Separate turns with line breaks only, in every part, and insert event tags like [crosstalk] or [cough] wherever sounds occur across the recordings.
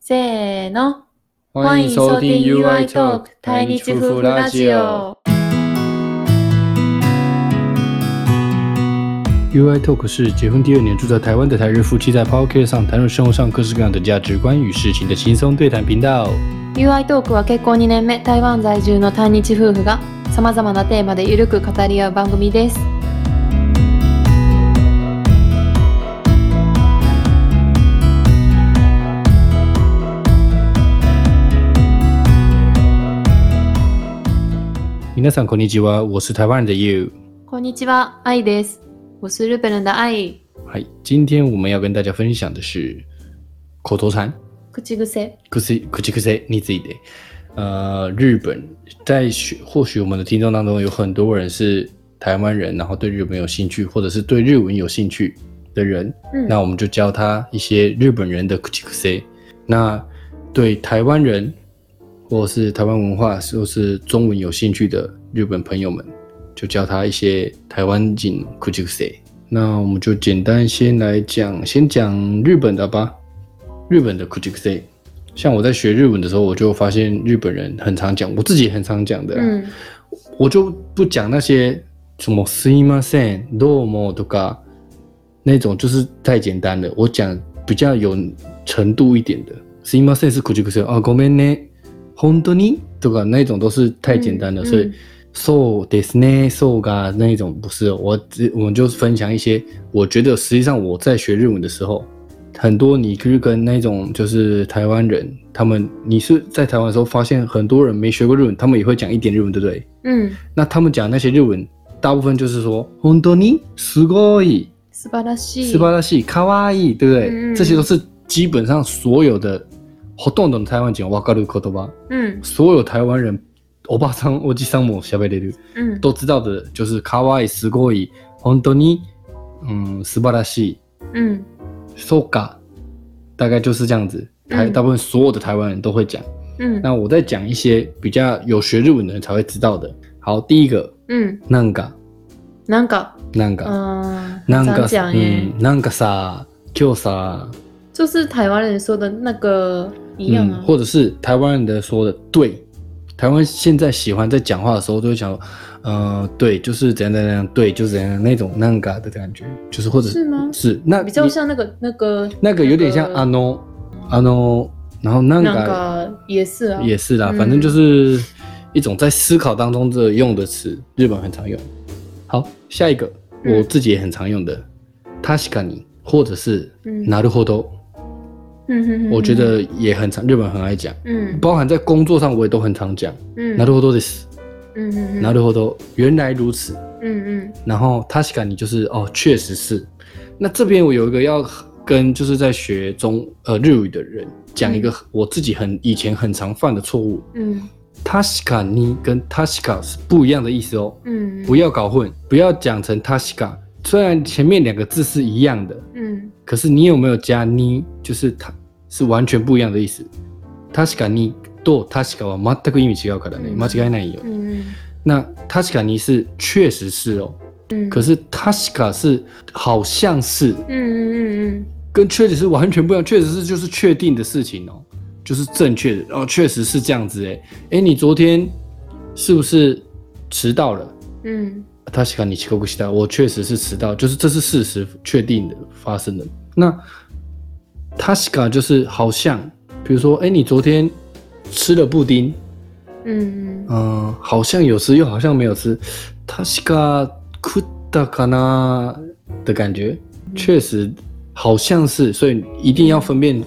せーの。
欢迎收听 UI Talk 台日夫婦ラジオ。。UI Talk 是结婚第二年住在台湾的台日夫妻在 Pocket 上谈论生活上各式各样的价值观与事情的轻松对谈频道。
UI トークは結婚2年目、台湾在住の対日夫婦がさまざまなテーマでゆるく語り合う番組です。
皆さんこんにちは，我是台湾人的 You。
こんにちは、愛です。我是日本人的愛。
嗨，今天我们要跟大家分享的是口头禅。
口癖。
可是可是可是你自己的，呃，日本在许或许我们的听众当中有很多人是台湾人，然后对日本有兴趣，或者是对日文有兴趣的人，
嗯
那我们就教他一些日本人的 k u c h 那对台湾人或是台湾文化或是中文有兴趣的日本朋友们，就教他一些台湾人 k u c h 那我们就简单先来讲，先讲日本的吧。日本的 k u c h 像我在学日文的时候，我就发现日本人很常讲，我自己也很常讲的啦。
嗯
我就不讲那些什么“すいません”“どうも”とか那种，就是太简单了。我讲比较有程度一点的，“すいません”是口诀口诀啊，“ごめんね”“本当に”とか那种都是太简单了，
嗯
所以
嗯
“そうですね”“そうが”那一种不是哦。我只我们就是分享一些，我觉得实际上我在学日文的时候。很多你就是跟那种就是台湾人，他们你是在台湾的时候发现很多人没学过日文，他们也会讲一点日文，对不对？
うん。
那他们讲那些日文，大部分就是说“本当にすごい”“
素晴らしい。
素晴らしい”“かわいい”，对不对？
嗯
这些都是基本上所有的ほとんどの台湾人わかる言葉，
うん
所有台湾人、欧巴桑、おじさんも喋れる，
うん。
都知道的就是“かわいい”“すごい”“本当に”，嗯，“素晴らしい
うん。”“
そうか”，大概就是这样子。台
嗯
大部分所有的台湾人都会讲。
うん。
那我再讲一些比较有学日文的人才会知道的。好，第一个
うん。
“なんか”。
なんか、
なんか、
嗯，
なん
这样
か、
讲耶，
嗯、なんかさ、今日さ，
就是台湾人说的那个一样
嗯
啊，。
或者是台湾人的说的对，台湾现在喜欢在讲话的时候都会讲，呃，对，就是怎样怎样怎样，对，就是怎样怎样那种なんか的感觉，就是或者
是吗
是那
比较
你
像那个那个
那个有点像あのあの，然后なん
那
か
个也是啊，
也是啦，
嗯
反正就是一种在思考当中的用的词，日本很常用。好，下一个
嗯
我自己也很常用的，確かに或者是
嗯
なるほど。
嗯哼哼，
我觉得也很常，日本很爱讲，
嗯
包含在工作上我也都很常讲。
嗯，
なるほどです，
嗯嗯
なるほど，原来如此。
嗯嗯
然后確かに就是哦，确实是。那这边我有一个要跟就是在学中呃日语的人讲一个我自己很以前很常犯的错误，
嗯
確かに跟確か是不一样的意思哦，
嗯，
不要搞混，不要讲成確か。虽然前面两个字是一样的，
嗯
可是你有没有加に，就是它是完全不一样的意思。確かにと確かは全く意味違うからね。
嗯
間違いないよ。
嗯
那確かに是确实是哦，
嗯，
可是確か是好像是，
嗯嗯嗯
跟确实是完全不一样。确实是就是确定的事情哦，就是正确的哦，确实是这样子诶。诶，你昨天是不是迟到了？
嗯
確かに遅刻した。我确实是迟到，就是这是事实，确定的发生的。那確か就是好像，比如说，哎、你昨天吃了布丁，
嗯嗯
嗯、好像有吃，又好像没有吃。確か食ったかな的感觉，确实好像是，所以一定要分辨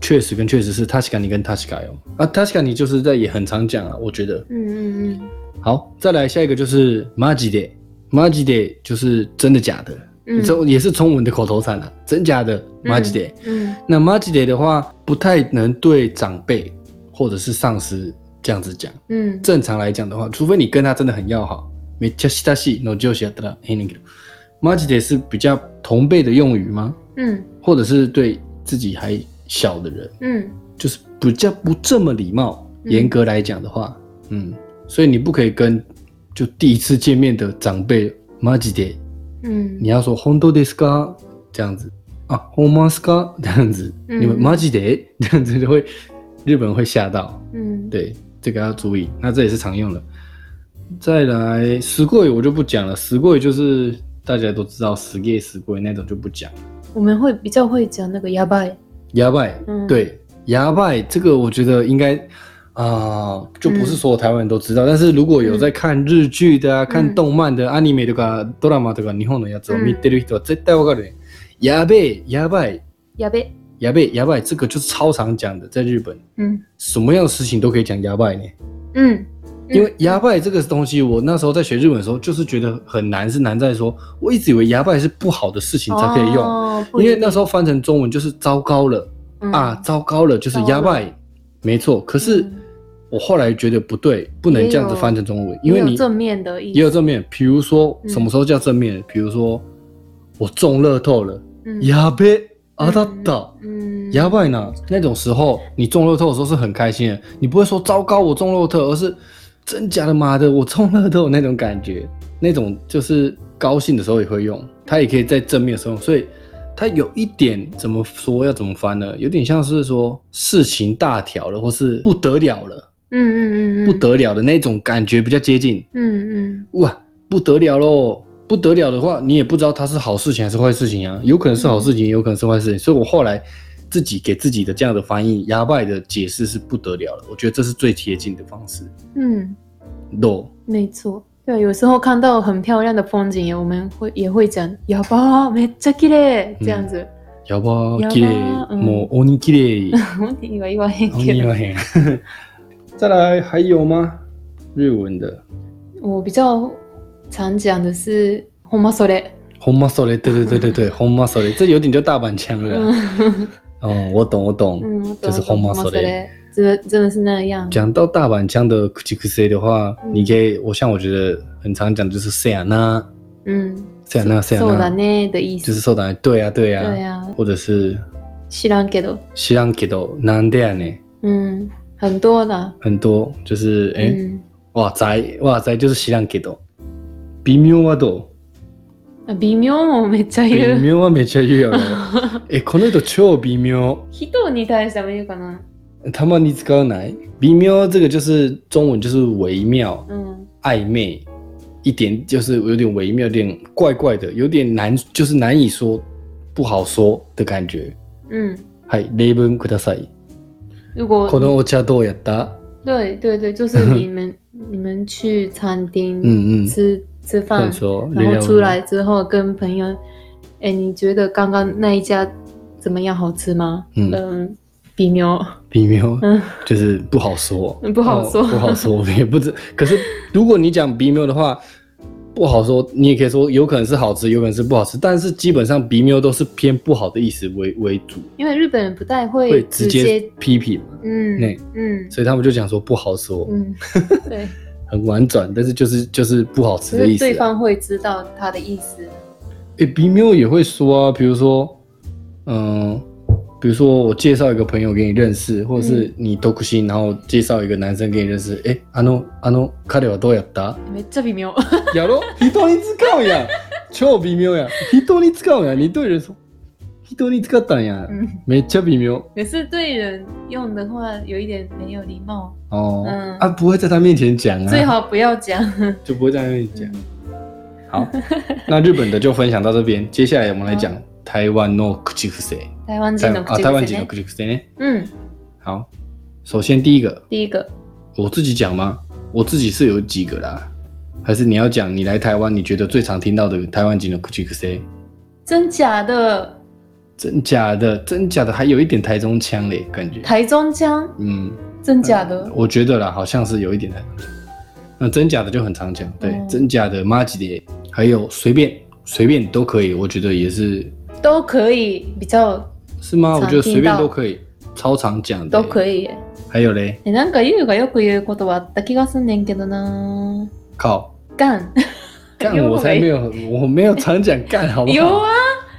确实跟确实是確かに跟確かよ。啊，確かに就是在也很常讲啊，我觉得。
嗯嗯
好，再来下一个就是マジで，マジで就是真的假的，
嗯，
这、也是中文的口头禅啊，真假的マジで。
嗯
那マジで的话，不太能对长辈或者是上司这样子讲。
嗯
正常来讲的话，除非你跟他真的很要好，めっちゃ親しいの上司やったら変だけど、マジで是比较同辈的用语吗？
嗯
或者是对自己还小的人？
嗯
就是比较不这么礼貌。
嗯
严格来讲的话，嗯，所以你不可以跟就第一次见面的长辈马吉爹，
嗯
你要说 “hondo d i s c a 这样子。啊，ホンマですか这样子，
嗯
你们マジで这样子就会日本会吓到。
嗯，
对，这个要注意。那这也是常用的。再来，死贵我就不讲了，死贵就是大家都知道死 gay 死贵那种就不讲。
我们会比较会讲那个やばい。
牙拜，
嗯，，
对，牙拜这个我觉得应该啊、就
嗯
不是所有台湾人都知道。但是如果有在看日剧的啊、
嗯
看动漫的、アニメとかドラマとか日本のやつを見てる人は絶対わかるね。やべえ、やばい、
やべ。
やべえ、やばい，这个就是超常讲的，在日本
嗯
什么样的事情都可以讲やばい呢。
嗯
因为牙拜这个东西，我那时候在学日文的时候，就是觉得很难，是难在说，我一直以为牙拜是不好的事情才可以用，
哦、
因为那时候翻成中文就是糟糕了、
候
啊，糟糕了，就是牙拜，没错。可是
嗯
我后来觉得不对，不能这样子翻成中文，因为
也
你
有正面的意思，
也有正面，比如说
嗯
什么时候叫正面？比如说我中乐透了，
嗯
牙呗啊
嗯
哒哒。
嗯
牙外呢，那种时候你中乐透的时候是很开心的，啊你不会说糟糕我中乐透，而是真假的妈的我中乐透那种感觉，那种就是高兴的时候也会用，它也可以在正面的时候用，所以它有一点怎么说要怎么翻呢？有点像是说事情大条了，或是不得了了，
嗯嗯嗯嗯
不得了的那种感觉比较接近，
嗯嗯
哇不得了喽。不得了的话，你也不知道它是好事情还是坏事情啊，有可能是好事情，也有可能是坏事情。所以我后来自己给自己的这样的翻译，压败的解释是不得了了。我觉得这是最贴近的方式。
嗯，
no，
没错。对，有时候看到很漂亮的风景，我们会也会讲“やばー、めっちゃ綺麗”这样子。
やば
やば
きれい、
うん
もう鬼きれい、
你以为言わへん
鬼
け
言
ど
わへん。哦再来还有吗？日文的，
我比较常讲的是“ほんまそれ
ほんまそれ，对对对对对，ほんまそれ，这有点就大阪腔”。了啦。
嗯，
嗯，我懂我懂。
嗯我懂
就是
我懂
ほん
ほ
ま
ん
そ
まそ
れ
れ，真的真的是那样。
讲到大阪腔的 k u c h i k u s e 的话，
嗯
你可以，我像我觉得很常讲就是 s a n a
嗯，
s a n a s a
そうだ
n a
ね的意
就
思。
是受打对啊对啊，
对呀、啊，
或者是
知らんけど。
知らんけどなんでやねん，
嗯，很多的。
很多就是哎、
嗯，
哇塞哇塞就是知らんけど，微妙はどう？
微妙もめっちゃい
微
る。
妙はめっちゃ言うやろ。えこの人超微妙。
人に対しても言うかな。
たまに使うない？微妙这个就是中文就是微妙。
うん。
暧昧，一点就是有点微妙，有点怪怪的，有点难，就是难以说，不好说的感觉。
嗯，
嗨，例文ください。
如果
このお茶どうやった？
对对对，就是你们你们去餐厅
嗯嗯嗯，
吃吃
这
饭
样，说。
然后
聊
出来之后跟朋友，哎，你觉得刚刚那一家怎么样？好吃吗？
嗯
嗯，比牛， [laughs]
微妙，
嗯
就是不好说，
嗯不好说
哦不好说，也不知。可是如果你讲微妙的话。不好说，你也可以说有可能是好吃，有可能是不好吃，但是基本上微妙都是偏不好的意思为为主，
因为日本人不太
会
会
直接批评，
嗯
那
嗯
所以他们就讲说不好说。 [laughs]
嗯，对，
很婉转，但是就是就是不好吃
只
的意
是
思、
对
啊。
方会知道他的意思。
诶，b 喵也会说啊，比如说，嗯，比如说我介绍一个朋友给你认识，或者是你独心，然后介绍一个男生给你认识。诶，あのあの彼はどうやった？
めっちゃ微妙。
やろ？人に使うやん。超微妙やん。人に使うやん。你对人说，人に使ったんや。
嗯，
めっちゃ微妙
可是对人用的话有一点没有礼貌，
哦、
嗯
啊，不会在他面前讲啊，
最好不要讲。
就不会在他面前讲。
嗯
好，那日本的就分享到这边，接下来我们来讲台湾の口癖。
台湾
台
人的
啊，台湾籍の口癖ね。
嗯，
好，首先第一个，
第一个，
我自己讲吗？我自己是有几个啦，还是你要讲你来台湾你觉得最常听到的台湾籍的口癖？
真假的
真假的，真假的，还有一点台中腔嘞，感觉。
台中腔，
嗯，
真假的，
我觉得啦，好像是有一点台中腔。那真假的就很常讲，对，
嗯
真假的、妈吉的，还有随便随便都可以，我觉得也是
都可以，比较
是吗？我
常
觉得随
听
便
到
都可以，超常讲的。
都可。以耶。
还有嘞，
えなんかゆうがよく言うことはあった気がすんねんけどな。
靠，
ガン。
[laughs] 干
呦
我才
喂
没有，我没有常讲干，好不
有
好？
啊，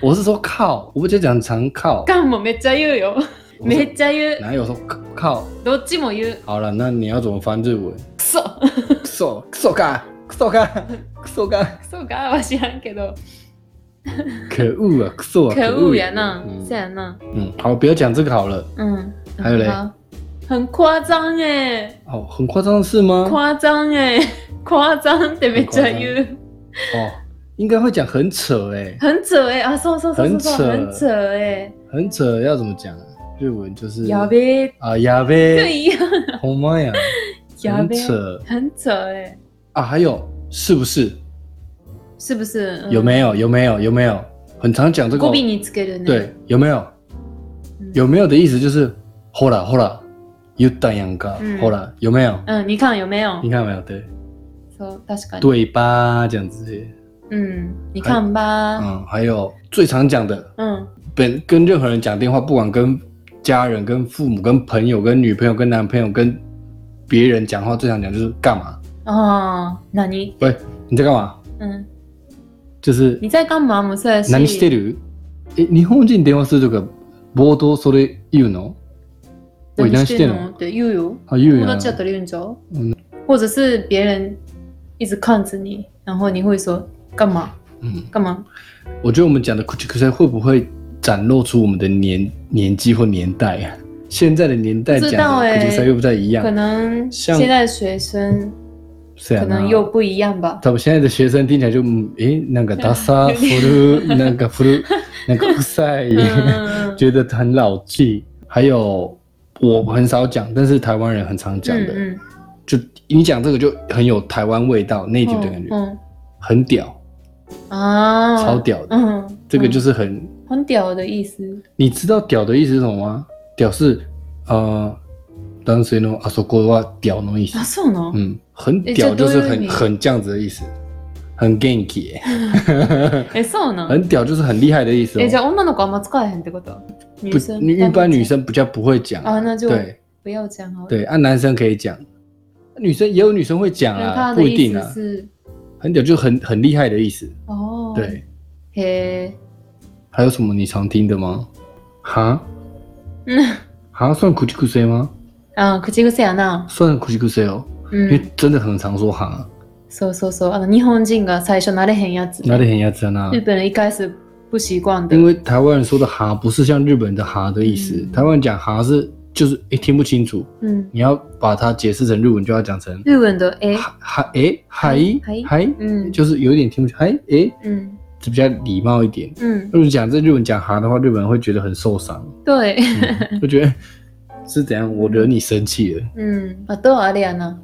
我是说靠，我不就讲常靠，
ガンもめっちゃ言うよ。
我
めっ
是
ちゃ言う。
哪有说靠？
どっちも言う。
好了，那你要怎么翻日文？ [laughs]
くそ。
クソクソかクソかクソか
そうかは知らんけど。
可恶啊，可恶啊，
可恶
恶
呀那，
嗯
是，呀那，
嗯，好，不要讲这个好了。
嗯，
还有嘞
好，很夸张哎，
哦，很夸张的事吗？
夸张哎，夸张得被加油，
哦，应该会讲很扯哎、
很扯哎啊，そうそうそうそう，
很
很
扯
扯哎，
很扯要怎么讲啊？日文就是
やべえ，
啊，や
不
べえ，
一样，
ほんまや，
や
很
べえ
扯
很扯哎，
啊。还有是不是？
是不是？嗯
有没有？有没有？有没有？很常讲这个哦
語。尾につけるね。
对，有没有？
嗯，
有没有的意思就是ほらほら言ったやんか。
嗯
ほら有没有？
嗯，你看有没有
你？看没有？对，
そう確かに。
对吧？这样子。
嗯，你看吧。
嗯，还有最常讲的，
嗯
本跟任何人讲电话，不管跟家人、跟父母、跟朋友、跟女朋友、跟男朋友、跟别人讲话，最常讲就是干嘛？
啊，那你
喂，你在干嘛？
嗯，
就是
你在干嘛？もそうやし。
何してる？え、日本人電話するとか冒頭それ言うの？おい
何
何
し
してて
ん
ん
の
の？
って言うよ。
啊，言う
友
やん
達だったら言うんじゃう或者是别人一直看着你，然后你会说干嘛
嗯，
干嘛？
我觉得我们讲的 kuchi k 会不会展露出我们的年年纪或年代啊？现在的年代讲
不知道
的 kuchi
欸
k 又不太一样
可，能
像
现在学生
是啊
可能
那
又不一样
[laughs]
吧。
多分现在的学生听起来就嗯诶，那个
[laughs]
ダサ、
有点
古、那个古、那个臭い
嗯，嗯嗯
觉得很老气。还有我很少讲，但是台湾人很常讲的，
嗯
就你讲这个就很有台湾味道
嗯
native 的感觉，
嗯
很屌，
嗯啊，
超屌的。
嗯，
这个就是是很，
很屌的意思。
你知道屌的意思是什么吗？屌是呃，男性のあそこは屌の意思
啊，。そうなの？
嗯，很
诶
屌
这都
就是
有
很
你
很这样子的意思，很 ganky 欸、
哎，そうなの？
很屌就是很厉害的意思、哦。
え、じゃあ女の子あんま使えへんってこと女
不，
生
女一般女生比较不会讲、
啊，那就
对
不要讲好了。
对，啊按、男生可以讲，女生也有女生会讲
那他
啊，
的
不一
意
定
思
啊。
是
很屌就很很厉害的意思。
哦，，
对，
嘿，
还有什么你常听的吗？哈
嗯，
哈算苦气苦谁吗？
あ、口癖やな。
算苦气苦谁哦，
う
因为
ん。
真的很常说哈，
そうそうそう。あの日本人が最初慣れへんやつ。
哪里很牙碜啊
日？本人一开始不习惯的
因。为台湾人说的哈不是像日本人的哈的意思，
嗯
台湾人讲哈是就是诶、听不清楚，
うん。
你要把它解释成日文就要讲成
日本的え、
哈哈诶嗨
嗨
嗨，
うん。
就是有一点听不清嗨诶。
うん。
就比较礼貌一点。
うん。
如果讲这日文讲哈的话，日本人会觉得很受伤，
对。
嗯、会觉得是怎样，我惹你生气了。
うん。あとはあれやな。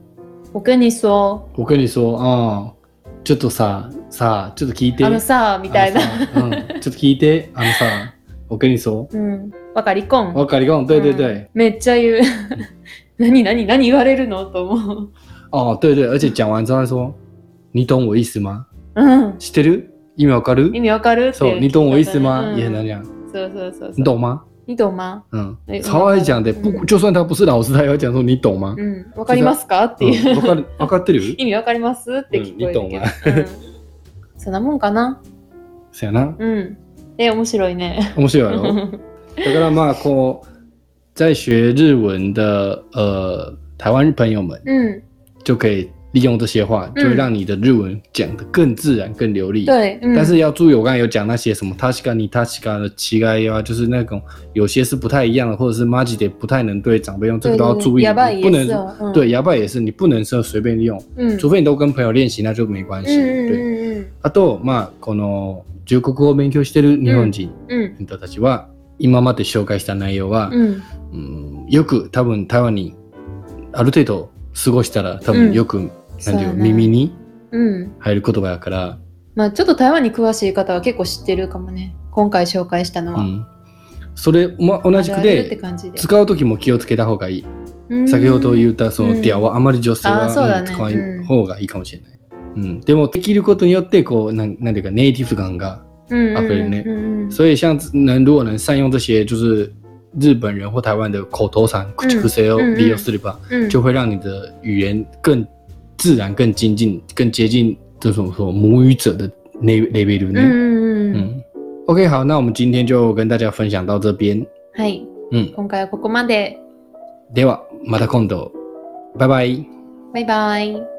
我跟你说，
我跟你说哦，ちょっとささちょっと聞いて
あのさ、みたいな。
あのさ嗯，ちょっと聞いてあのさ，我跟你说，
うん。わかりこん。
我跟你讲，对对对，
うんめっちゃ言う。 [laughs] 何何何言われるのと思う。
哦对对，而且讲完之后他说，你懂我意思吗？
うん。
知ってる？意味わかる
意？味わかるって。
そう、你懂我意思吗？
うん
也很难讲，
そうそうそうそう。
你懂吗？
你懂吗？
嗯
哎，
超爱讲的，不
嗯
就算他不是老师，他也会讲说你懂吗？
うん。わかりますかって
嗯
いう。
わかるわかってる？
意味わかりますって聞こえ
うん
るけど。うんそんなもんかな。
そうやな。
うん。え、面白いね。
啊面白いや
う [laughs]
ろ。
ん
だからまあこう在学日文的呃台湾朋友们
うん。
就可以利用这些话，就会让你的日文讲得更自然、更流利。
对。嗯
但是要注意，我刚才有讲那些什么他西嘎尼他西嘎的乞丐啊，就是那种有些是不太一样的，或者是马吉得不太能对长辈用，这个
对
都要注意，
やばい
你不
也是
能
哦。嗯，
对牙拜也是，你不能是随便利用，
嗯，
除非你都跟朋友练习，那就没关
嗯
系。对，
嗯
あとまあこの中国語を勉強してる日本人。
うんうん
人たちは今まで紹介した内容は、
うん
うんよく多分台湾にある程度過ごしたら多
うん
分よく、なんていうの耳
に。
に
うん。
入る言葉やから、
まあちょっと台湾に詳しい方は結構知ってるかもね。今回紹介したの
う
は。
んそれ、ま、同じく
あるあるって
で
感じで。
使う時も気をつけた方がいい、
うん
先ほど言ったその
うん
「デア」はあまり女性は
あーそうだね
使わ
うん
ない方がいいかもしれない、うん、でもできることによってこうなんなんていうかネイティブ感が
うんうん
アプリね
うんうん
所以像能如果能善用这些就是日本人或台湾的口头禅口癖を利用すれば、
うん
就会让你的语言更自然、更精进、更接近这种说母语者的那那边，对不
うんう
对？
んうん。
嗯 OK，好，那我们今天就跟大家分享到这边。
はい。
嗯，
今回はここまで。
ではまた今度，拜拜。
バイバイ。